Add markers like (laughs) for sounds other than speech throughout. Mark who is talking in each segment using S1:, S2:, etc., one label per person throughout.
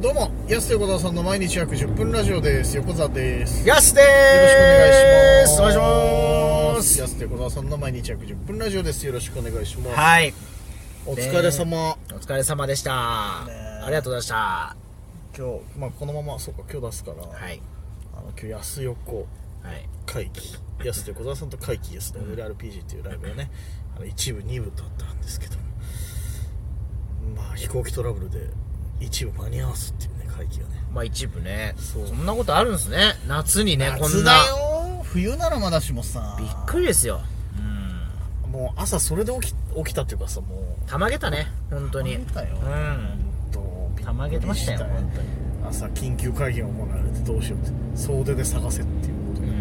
S1: どうも、安手横澤さんの毎日約10分ラジオです。横澤です。
S2: やすで
S1: よ
S2: ー
S1: ろし
S2: す
S1: くお願いしま。
S2: お願いします
S1: 安手横澤さんの毎日約10分ラジオです。よろしくお願いします。
S2: はい
S1: お疲れ様。
S2: お疲れ様でした、
S1: ね
S2: ありがとうございました
S1: 今日、まあこのまま、そうか、今日出すから、
S2: はい
S1: あの、今日安横
S2: はい
S1: 会議、安手横澤さんと会議ですね。WRPG っていうライブがね、あの一部、二部とあったんですけども、まあ飛行機トラブルで一部間に合わすっていうね、会議がね。
S2: まあ一部ね
S1: そ
S2: そうそんなことあるんですね夏にねこ
S1: 夏
S2: んな
S1: だよ冬ならまだしもさ。
S2: びっくりですようん
S1: もう朝それで起き起きたっていうかさもう
S2: たまげたね本当
S1: たま
S2: に
S1: げたよ
S2: うん
S1: ほんと
S2: たまげてましたよ
S1: びっくり朝緊急会議が行われてどうしようって総出で探せっていうこと
S2: う
S1: で、
S2: ん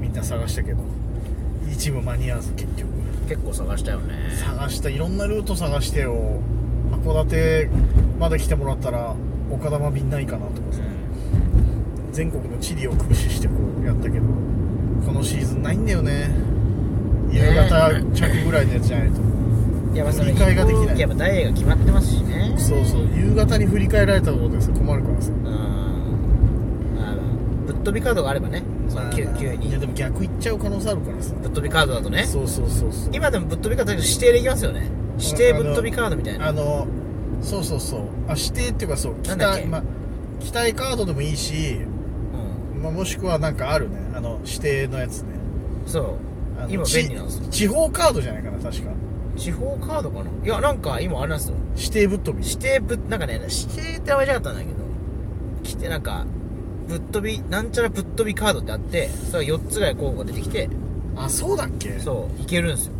S1: みんな探したけど一部間に合わず結局
S2: 結構探したよね
S1: 探したいろんなルート探してよ函館まで来てもらったら岡玉便ないかなとか
S2: う
S1: さ
S2: ん
S1: 全国の地理を駆使してこうやったけどこのシーズンないんだよね夕方着ぐらいのやつじゃないと
S2: いやまあその
S1: 理解ができない
S2: 飛行機やっぱダイエが決まってますしね
S1: そうそう夕方に振り返られたことでさ困るからさ
S2: うんまあぶっ飛びカードがあればねその急急に
S1: いやでも逆行っちゃう可能性あるからさ
S2: ぶっ飛びカードだとね
S1: そうそうそうそう
S2: 今でもぶっ飛びカードだけど指定できますよね指定ぶっ飛びカードみたいな
S1: あのそうそうそうあ指定っていうかそう期
S2: なんだっ
S1: 待
S2: け
S1: まあ期待カードでもいいし、
S2: うん
S1: まあ、もしくはなんかあるねあの指定のやつね
S2: そう
S1: あの
S2: 今
S1: ち
S2: 便利なんですよ
S1: 地方カードじゃないかな確か
S2: 地方カードかないやなんか今あれなんですよ
S1: 指定ぶっ飛び
S2: 指定ぶなんかね指定って名前じゃなかったんだけど来てなんかぶっ飛びなんちゃらぶっ飛びカードってあってそれが4つぐらい候補が出てきて
S1: あそうだっけ
S2: そういけるんですよ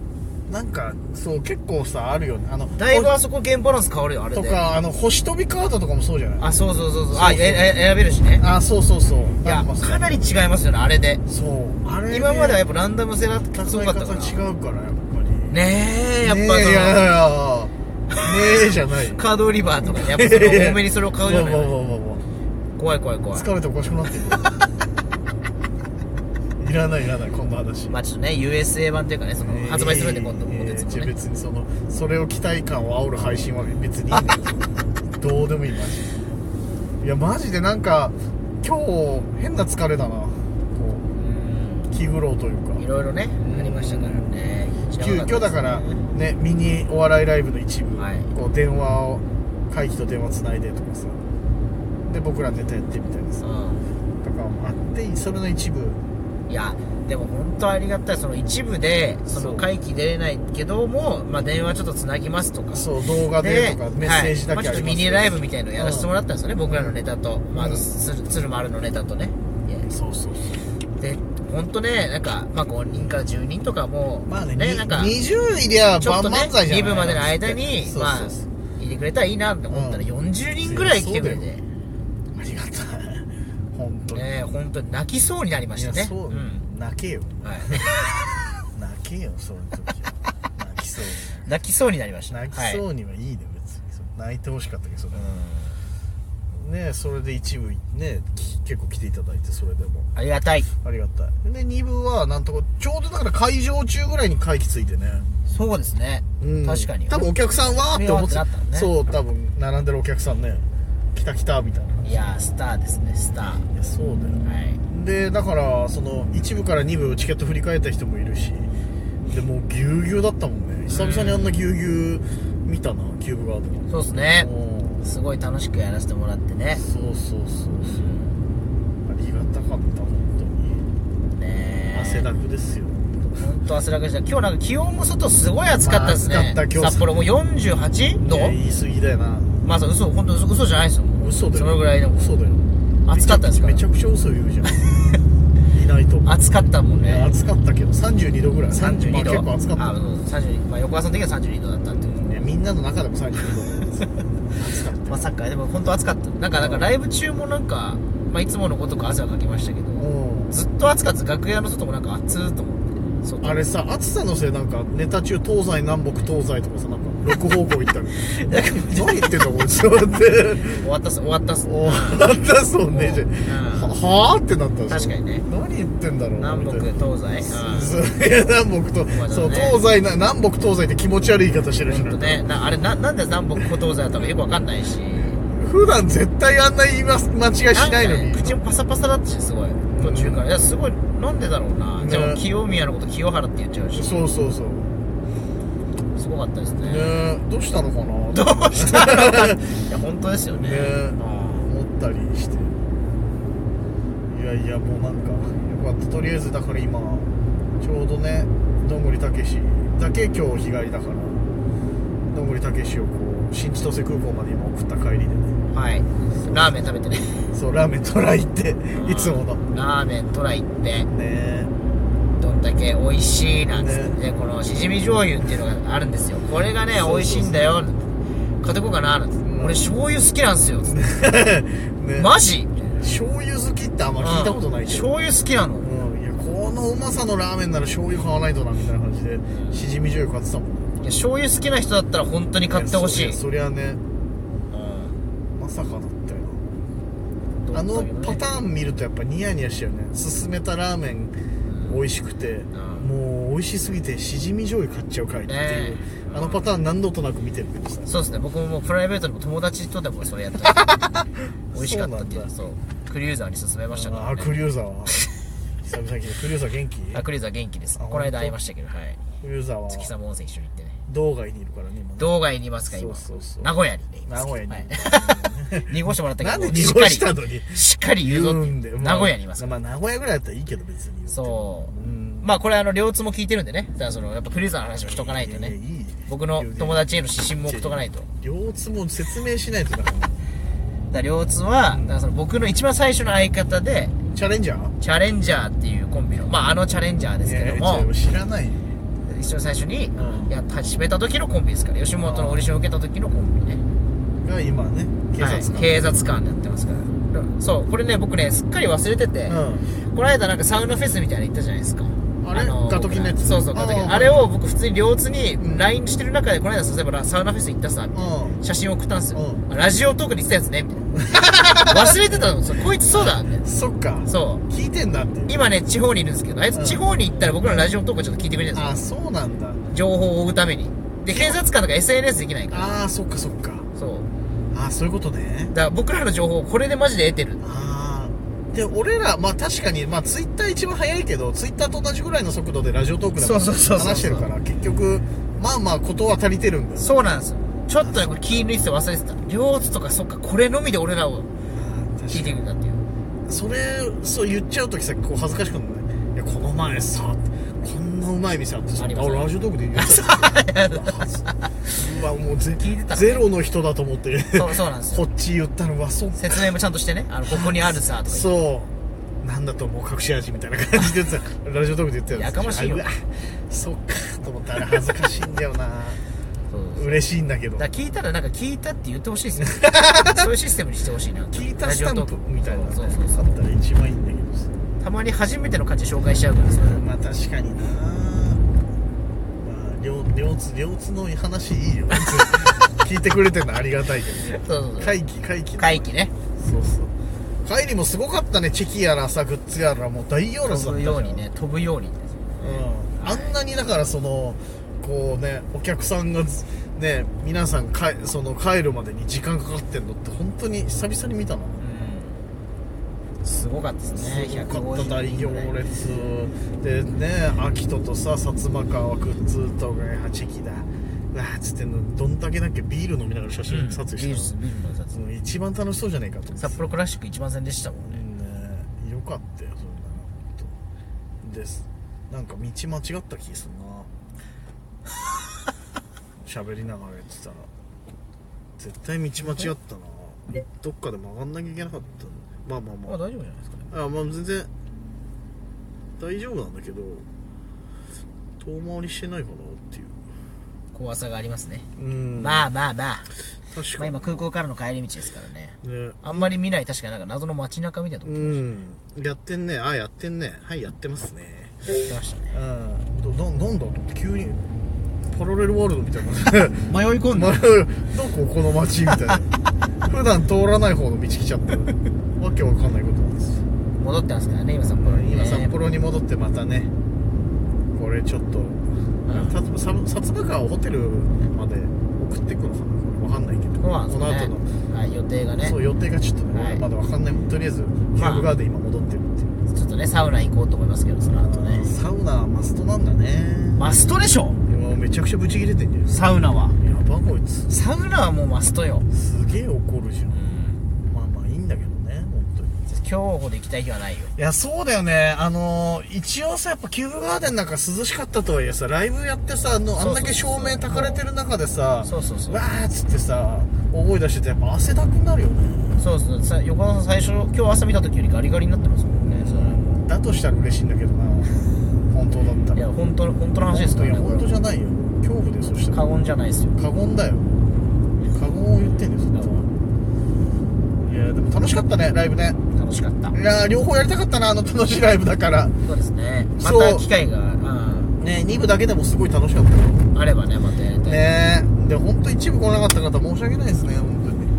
S1: なんかそう結構さあるよねあの
S2: だいぶあそこゲームバランス変わるよあれ
S1: と
S2: で
S1: かあの星飛びカードとかもそうじゃない
S2: あそうそうそうそ
S1: そ
S2: う
S1: う
S2: あ
S1: そう
S2: ええ選べるしね
S1: あそうそうそう
S2: いや
S1: んさ
S2: かなり違いますよねあれで
S1: そうあれね
S2: 今まではやっぱランダム性だったす
S1: 考
S2: ご
S1: え
S2: かったか
S1: 方
S2: ら
S1: 違うからやっぱり
S2: ねえやっぱ
S1: ねえいやい
S2: そ
S1: やいやねえじゃない
S2: のカード売り場とか
S1: (laughs)
S2: でやっぱその多めにそれを買うじゃない
S1: わわわわわ
S2: 怖い怖い怖い
S1: 疲れておかしくなってるいらないいらないこんな話
S2: まあちょっとね USA 版というかねその発売するんで今度
S1: え
S2: 今
S1: ー
S2: 月
S1: じゃ
S2: も
S1: あ
S2: ね
S1: 別にそのそれを期待感を煽る配信は別にいいんだけどどうでもいいマジでいやマジでなんか今日変な疲れだなこう気苦労というか
S2: いろいろねありましたからね
S1: 急遽だからねミニお笑いライブの一部、
S2: はい
S1: こう電話を会議と電話つないでとかさで僕らネタやってみたいなさ
S2: う
S1: とかもあってそれの一部
S2: んいやでも本当ありがたいその一部でそ
S1: そう
S2: の会期出れないけどもまあ電話ちょっとつなぎますとか
S1: そう動画でとかメッセージだけ
S2: は
S1: あ
S2: いまあちょっ
S1: り
S2: と
S1: ま
S2: ミ
S1: す
S2: ニ
S1: よ
S2: ライブみたいのをやらせてもらったんですよね、僕らのネタと、まあ、あ
S1: う
S2: と
S1: ん
S2: つる鶴丸のネタとねいや
S1: そうそうそう
S2: で本当ねなんか、まあ、5人から10人とかも
S1: まあね
S2: なんか
S1: 20位では
S2: ちょっ
S1: 万
S2: とね
S1: 々歳じゃない
S2: 2部までの間に
S1: そう
S2: ま
S1: そうそう
S2: あいてくれたらいいなって思ったら
S1: うん
S2: 40人ぐらい来てくれ
S1: そうだ
S2: て、
S1: よありがたい本当に、
S2: ね本当に泣きそうになりま
S1: い
S2: した
S1: や
S2: ね
S1: そう、
S2: ん
S1: 泣けよ
S2: はい、
S1: 泣けよそういう時は泣きそうに
S2: (laughs) 泣きそうになりました
S1: 泣き
S2: はい
S1: そうにはいいね別にそう泣いてほしかったけどそれはねそれで一部ねき結構来ていただいてそれでも
S2: ありがたい
S1: ありがたいで2部はなんとかちょうどだから会場中ぐらいに会期ついてね、
S2: そうですね、確かに
S1: 多分お客さんはーって思って
S2: 見終わってなったのね
S1: そう多分並んでるお客さんね来た来たみたいない
S2: やースターですねスターはい
S1: やそうだよでだからその一部から2部チケット振り返った人もいるしでもうぎゅうぎゅうだったもんね久々にあんなぎゅうぎゅう見たなキューブガーデン
S2: そうですね
S1: うん
S2: すごい楽しくやらせてもらってね
S1: そうそうそうそうありがたかった本当
S2: ね
S1: に汗だくですよ
S2: 本当汗だくでした今日なんか気温も外すごい暑かったですね、
S1: まあ暑かった今日
S2: 札幌もう 48? 度
S1: いや言い過ぎだよな
S2: まあそう嘘本当嘘嘘じゃないですよ
S1: 嘘だよ
S2: そのぐらいでも
S1: 嘘だよ
S2: 暑かったですか
S1: め
S2: ら
S1: ちゃくちゃ嘘言うじゃん (laughs) いないと思う
S2: 暑かったもん
S1: いや
S2: ね
S1: 暑かったけど32度ぐらい
S2: 32度、
S1: まあ結構暑かった
S2: あそう32まあ、横川さんの時は32度だったっていう
S1: いやみんなの中でも32度暑かっ
S2: まあサッカーでも本当暑かったなんかなんかライブ中もなんか、まあ、いつものことか汗はかきましたけど
S1: たも
S2: ずっと暑かった楽屋の外もなんか暑いと思ってそう
S1: あれさ暑さのせいなんかネタ中東西南北東西とかさなんか6方向行ったり
S2: (laughs) なんか
S1: 何言ってんだこれちょっと待って
S2: 終わったっす終わったっす
S1: おあったそうねじゃ
S2: うん
S1: ははあってなったでしょ
S2: 確かにね
S1: 何言ってんだろう
S2: 南北
S1: みたいな
S2: 東西
S1: そういや南北と、
S2: まだね
S1: そう東西な南北東西って気持ち悪い言い方してる
S2: う
S1: し (laughs)
S2: んほんとねなあれななんで南北小東西だったのかよくわかんないし
S1: 普段絶対あんな言います間違いしないの
S2: ん
S1: に
S2: かね口もパサパサだったしすごい途中から、いやすごい飲んでだろうな、
S1: ね
S2: じゃあ清宮のこと清原って言っちゃうし
S1: そうそうそう
S2: すごかったですね
S1: ねえどうしたのかな
S2: ど
S1: (laughs)
S2: うしたのいや本当ですよね
S1: ね
S2: あ
S1: 思ったりしていやいやもうなんかよかったとりあえずだから今ちょうどねどんぐりたけしだけ今日日帰りだからどんぐりたけしをこう新千歳空港まで今送った帰りでね
S2: ーはいラーメン食べてね
S1: そうラーメントライっていつものね
S2: ラーメントライって (laughs)
S1: え
S2: どんだけ美味しいなんつって、
S1: ね
S2: ね、このしじみ醤油っていうのがあるんですよこれがね
S1: そうそうそう
S2: 美味しいんだよ買ってこうかななんつって、
S1: ん
S2: 俺醤油好きなんすよつって
S1: ね
S2: マジ
S1: 醤油好きってあんま聞いたことないけど、
S2: 醤油好きなの
S1: うん、いやこのうまさのラーメンなら醤油買わないとなみたいな感じでしじみ醤油買ってたもん
S2: いや醤油好きな人だったら本当に買ってほしい
S1: やそりゃそりゃね
S2: うん
S1: まさかだったよなあ
S2: ど
S1: の
S2: うだったけどね
S1: パターン見るとやっぱニヤニヤしちゃうね勧めたラーメン美味しくて、
S2: ん
S1: もう美味しすぎてしじみ醤油買っちゃうかいっていう、
S2: ねえ
S1: あのパターン何度となく見てるけどさ
S2: そうですね僕ももうプライベートでも友達とでもそれや
S1: (laughs)
S2: ってました美味しかったっていうそうクリューザーに勧めましたから、
S1: あ
S2: ね、
S1: クリューザーは久々に聞いたクリューザー元気
S2: あクリューザー元気です
S1: あ
S2: この間会いましたけどはい
S1: クリューザーは
S2: 月様温泉一緒に行ってね
S1: 道外にいるからね今ね
S2: 道外にいますか今
S1: そうそうそう
S2: 名古屋にねいま
S1: 名
S2: す
S1: 古屋に、
S2: はい濁してもらったけ
S1: な
S2: ど
S1: んで
S2: し
S1: 濁
S2: っかり
S1: したのに
S2: しっかり言う
S1: 言
S2: ぞ
S1: う
S2: って
S1: んだよまあ
S2: 名古屋にいます
S1: まあ名古屋ぐらいだったらいいけど別に
S2: そう、
S1: ん
S2: まあこれあの両津も聞いてるんでねだからそのやっぱクリューザーの話もしとかないとね
S1: ややいい
S2: 僕の友達への指針も送っとかないとだか
S1: 両津も説明しないとだから
S2: ら両津はだからその僕の一番最初の相方で
S1: チャレンジャー
S2: チャレンジャーっていうコンビのまああのチャレンジャーですけども、
S1: いや知らないよ
S2: 一番最初に
S1: うん
S2: やっ始めた時のコンビですから吉本のオーディションを受けた時のコンビね
S1: が今ね警察官、
S2: はい、警察官やってますからそうこれね僕ねすっかり忘れてて、この間なんかサウナフェスみたいなの行ったじゃないですか
S1: あれガトキンのやつ
S2: そうそうガトキン
S1: あー
S2: あれを僕普通に両津に
S1: ん
S2: LINE してる中でこの間そういえばサウナフェス行ったさみたいな
S1: う
S2: 写真送ったんですよ、
S1: う
S2: ラジオトークに言ってたやつねみたいな (laughs) 忘れてたのそうこいつそうだみたいなん
S1: そっか
S2: そう
S1: 聞いてんだって
S2: 今ね地方にいるんですけどあいつ地方に行ったら僕らのラジオトークちょっと聞いてくれるんですよ
S1: あそうなんだ
S2: 情報を追うためにで警察官とか SNS できないから
S1: ああそっかそっか
S2: そう
S1: ああそういうことね
S2: だから僕らの情報をこれでマジで得てる
S1: ああで俺らまあ確かにまあツイッター一番早いけどツイッターと同じぐらいの速度でラジオトークでも
S2: そうそうそうそう
S1: 話してるから結局まあまあことは足りてるんだよ
S2: そうなんですよちょっとねこれ気抜いてて忘れてた両津とかそっかこれのみで俺らを聞いてくんだっていう
S1: それそう言っちゃうときさこう恥ずかしくなるねいやこの前さこんなうまい店あってさ
S2: あります
S1: 俺ラジオトークで言っちゃ
S2: (laughs)
S1: ったうわもうぜ
S2: 聞いてた
S1: ゼロの人だと思って (laughs)
S2: そうそうなんです
S1: こ
S2: よ
S1: っち言ったのはそう
S2: 説明もちゃんとしてねあのここにあるさとか言っ
S1: そうなんだと思う隠し味みたいな感じでさラジオトークで言ってた
S2: やかましいよ
S1: うわそっかと思ったら恥ずかしいんだよな
S2: てそうそう
S1: 嬉しいんだけど
S2: だから聞いたらなんか聞いたって言ってほしいですよ
S1: (laughs)
S2: そういうシステムにしてほしいな
S1: 聞いたスタンプみたいなの
S2: そ
S1: が
S2: う
S1: ね
S2: そうそ
S1: あ
S2: う
S1: ったら一番いいんだけどさ
S2: たまに初めての感じで紹介しちゃうからそれ
S1: (laughs) まあ確かになまあ両両津両津の話いいよ (laughs) 聞いてくれてんのありがたいけ
S2: そうそう
S1: ど
S2: そう
S1: 会期会期
S2: 会議ね
S1: そうそう会議もすごかったねチェキやらさグッズやらもう大行列だった
S2: 飛ぶ
S1: じゃん
S2: ようにね飛ぶようにね
S1: うんあんなにだからそのこうねお客さんがずね皆さんかその帰るまでに時間かかってんのって本当に久々に見たな
S2: うんすごかったですね
S1: すごかっ
S2: 150
S1: た大行
S2: ぐらい
S1: 列でね秋人とさ薩摩川くっつーとが八木だうわーっつってんのどんだけだっけビール飲みながら写真撮影
S2: ビ
S1: し
S2: ールビールの
S1: た
S2: 撮影
S1: の、うん一番楽しそうじゃねえかと思って
S2: 札幌クラシック一番戦でしたもん
S1: う
S2: ね
S1: んねよかったよそんなの本当ですなんか道間違った気すんな喋りながらやってたら絶対道間違ったなどっかで曲がんなきゃいけなかったんだまあまあまあ
S2: まあ大丈夫じゃないですかね
S1: あまあ全然大丈夫なんだけど遠回りしてないかなっていう
S2: 怖さがありますね
S1: うん
S2: まあまあまあ
S1: 確
S2: まあ
S1: かに
S2: 今空港からの帰り道ですからね
S1: ね
S2: あんまり見ない確かになんか謎の街中みたいなとこ
S1: うんやってんねあやってんねはいやってますね
S2: 行ってましたね
S1: うんどななんだと思って急にパラレルワールドみたいな (laughs)
S2: 迷い込ん
S1: ま
S2: だ
S1: あどここの街みたいな (laughs) 普段通らない方の道来ちゃったわけわかんないことなんです
S2: 戻ってますからね今札幌にね
S1: 今札幌に戻ってまたねこれちょっと、薩薩薩摩川をホテルまで送ってくのかなわかんないけど、
S2: まあ
S1: この後の、
S2: はい、予定がね
S1: そう予定がちょっとね、
S2: はい
S1: まだわかんないとりあえずヒ
S2: まあ
S1: ューガーデン今戻ってるっていう、
S2: ちょっとねサウナ行こうと思いますけどその後ね
S1: サウナはマストなんだね
S2: マストでしょ
S1: もうめちゃくちゃブチ切れてんじゃん
S2: サウナは
S1: やばこいつ
S2: サウナはもうマストよ
S1: すげえ怒るじゃ
S2: うんん
S1: まあまあいいんだけどね本当に
S2: 競歩で行きたい日はないよ
S1: いやそうだよねあのー一応さやっぱキューブガーデンなんか涼しかったとはいえさライブやってさあのあんだけ
S2: そうそ
S1: 照
S2: うそう
S1: 明たかれてる中でさ
S2: そうそうそう
S1: わーっつってさ大声出しててやっぱ汗だくになるよね
S2: そうそうさ横浜さん最初今日朝見た時よりガリガリになってますもんねそれ
S1: だとしたら嬉しいんだけどな本当だった
S2: い
S1: ら
S2: や本当本当の話ですから
S1: い
S2: ね
S1: や
S2: こ
S1: 本当
S2: れ
S1: じゃないよ恐怖でそした
S2: 過
S1: ら
S2: 言じゃないですよ
S1: 過言だよ過言を言ってんですよそれはいやでも楽しかったねライブね
S2: 楽しかった
S1: いやー両方やりたかったなあの楽しいライブだから
S2: そうですねま
S1: そう
S2: た機会が、うん、
S1: ね2部だけでもすごい楽しかったよ
S2: あればねまたやりたい、
S1: ねえで本当一部来なかった方申し訳ないですね本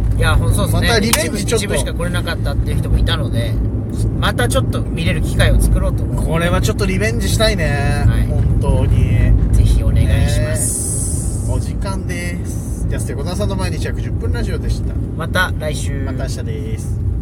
S1: 当に
S2: いやほんそうですね
S1: またリベンジちょっと
S2: 一部一部しか来れなかったっていう人もいたのでまたちょっと見れる機会を作ろうと思
S1: これはちょっとリベンジしたいね、
S2: はい
S1: 本当に
S2: うぜひお願いします、
S1: ねえお時間ですじゃあステゴナさんの毎日約10分ラジオでした
S2: また来週
S1: また明日です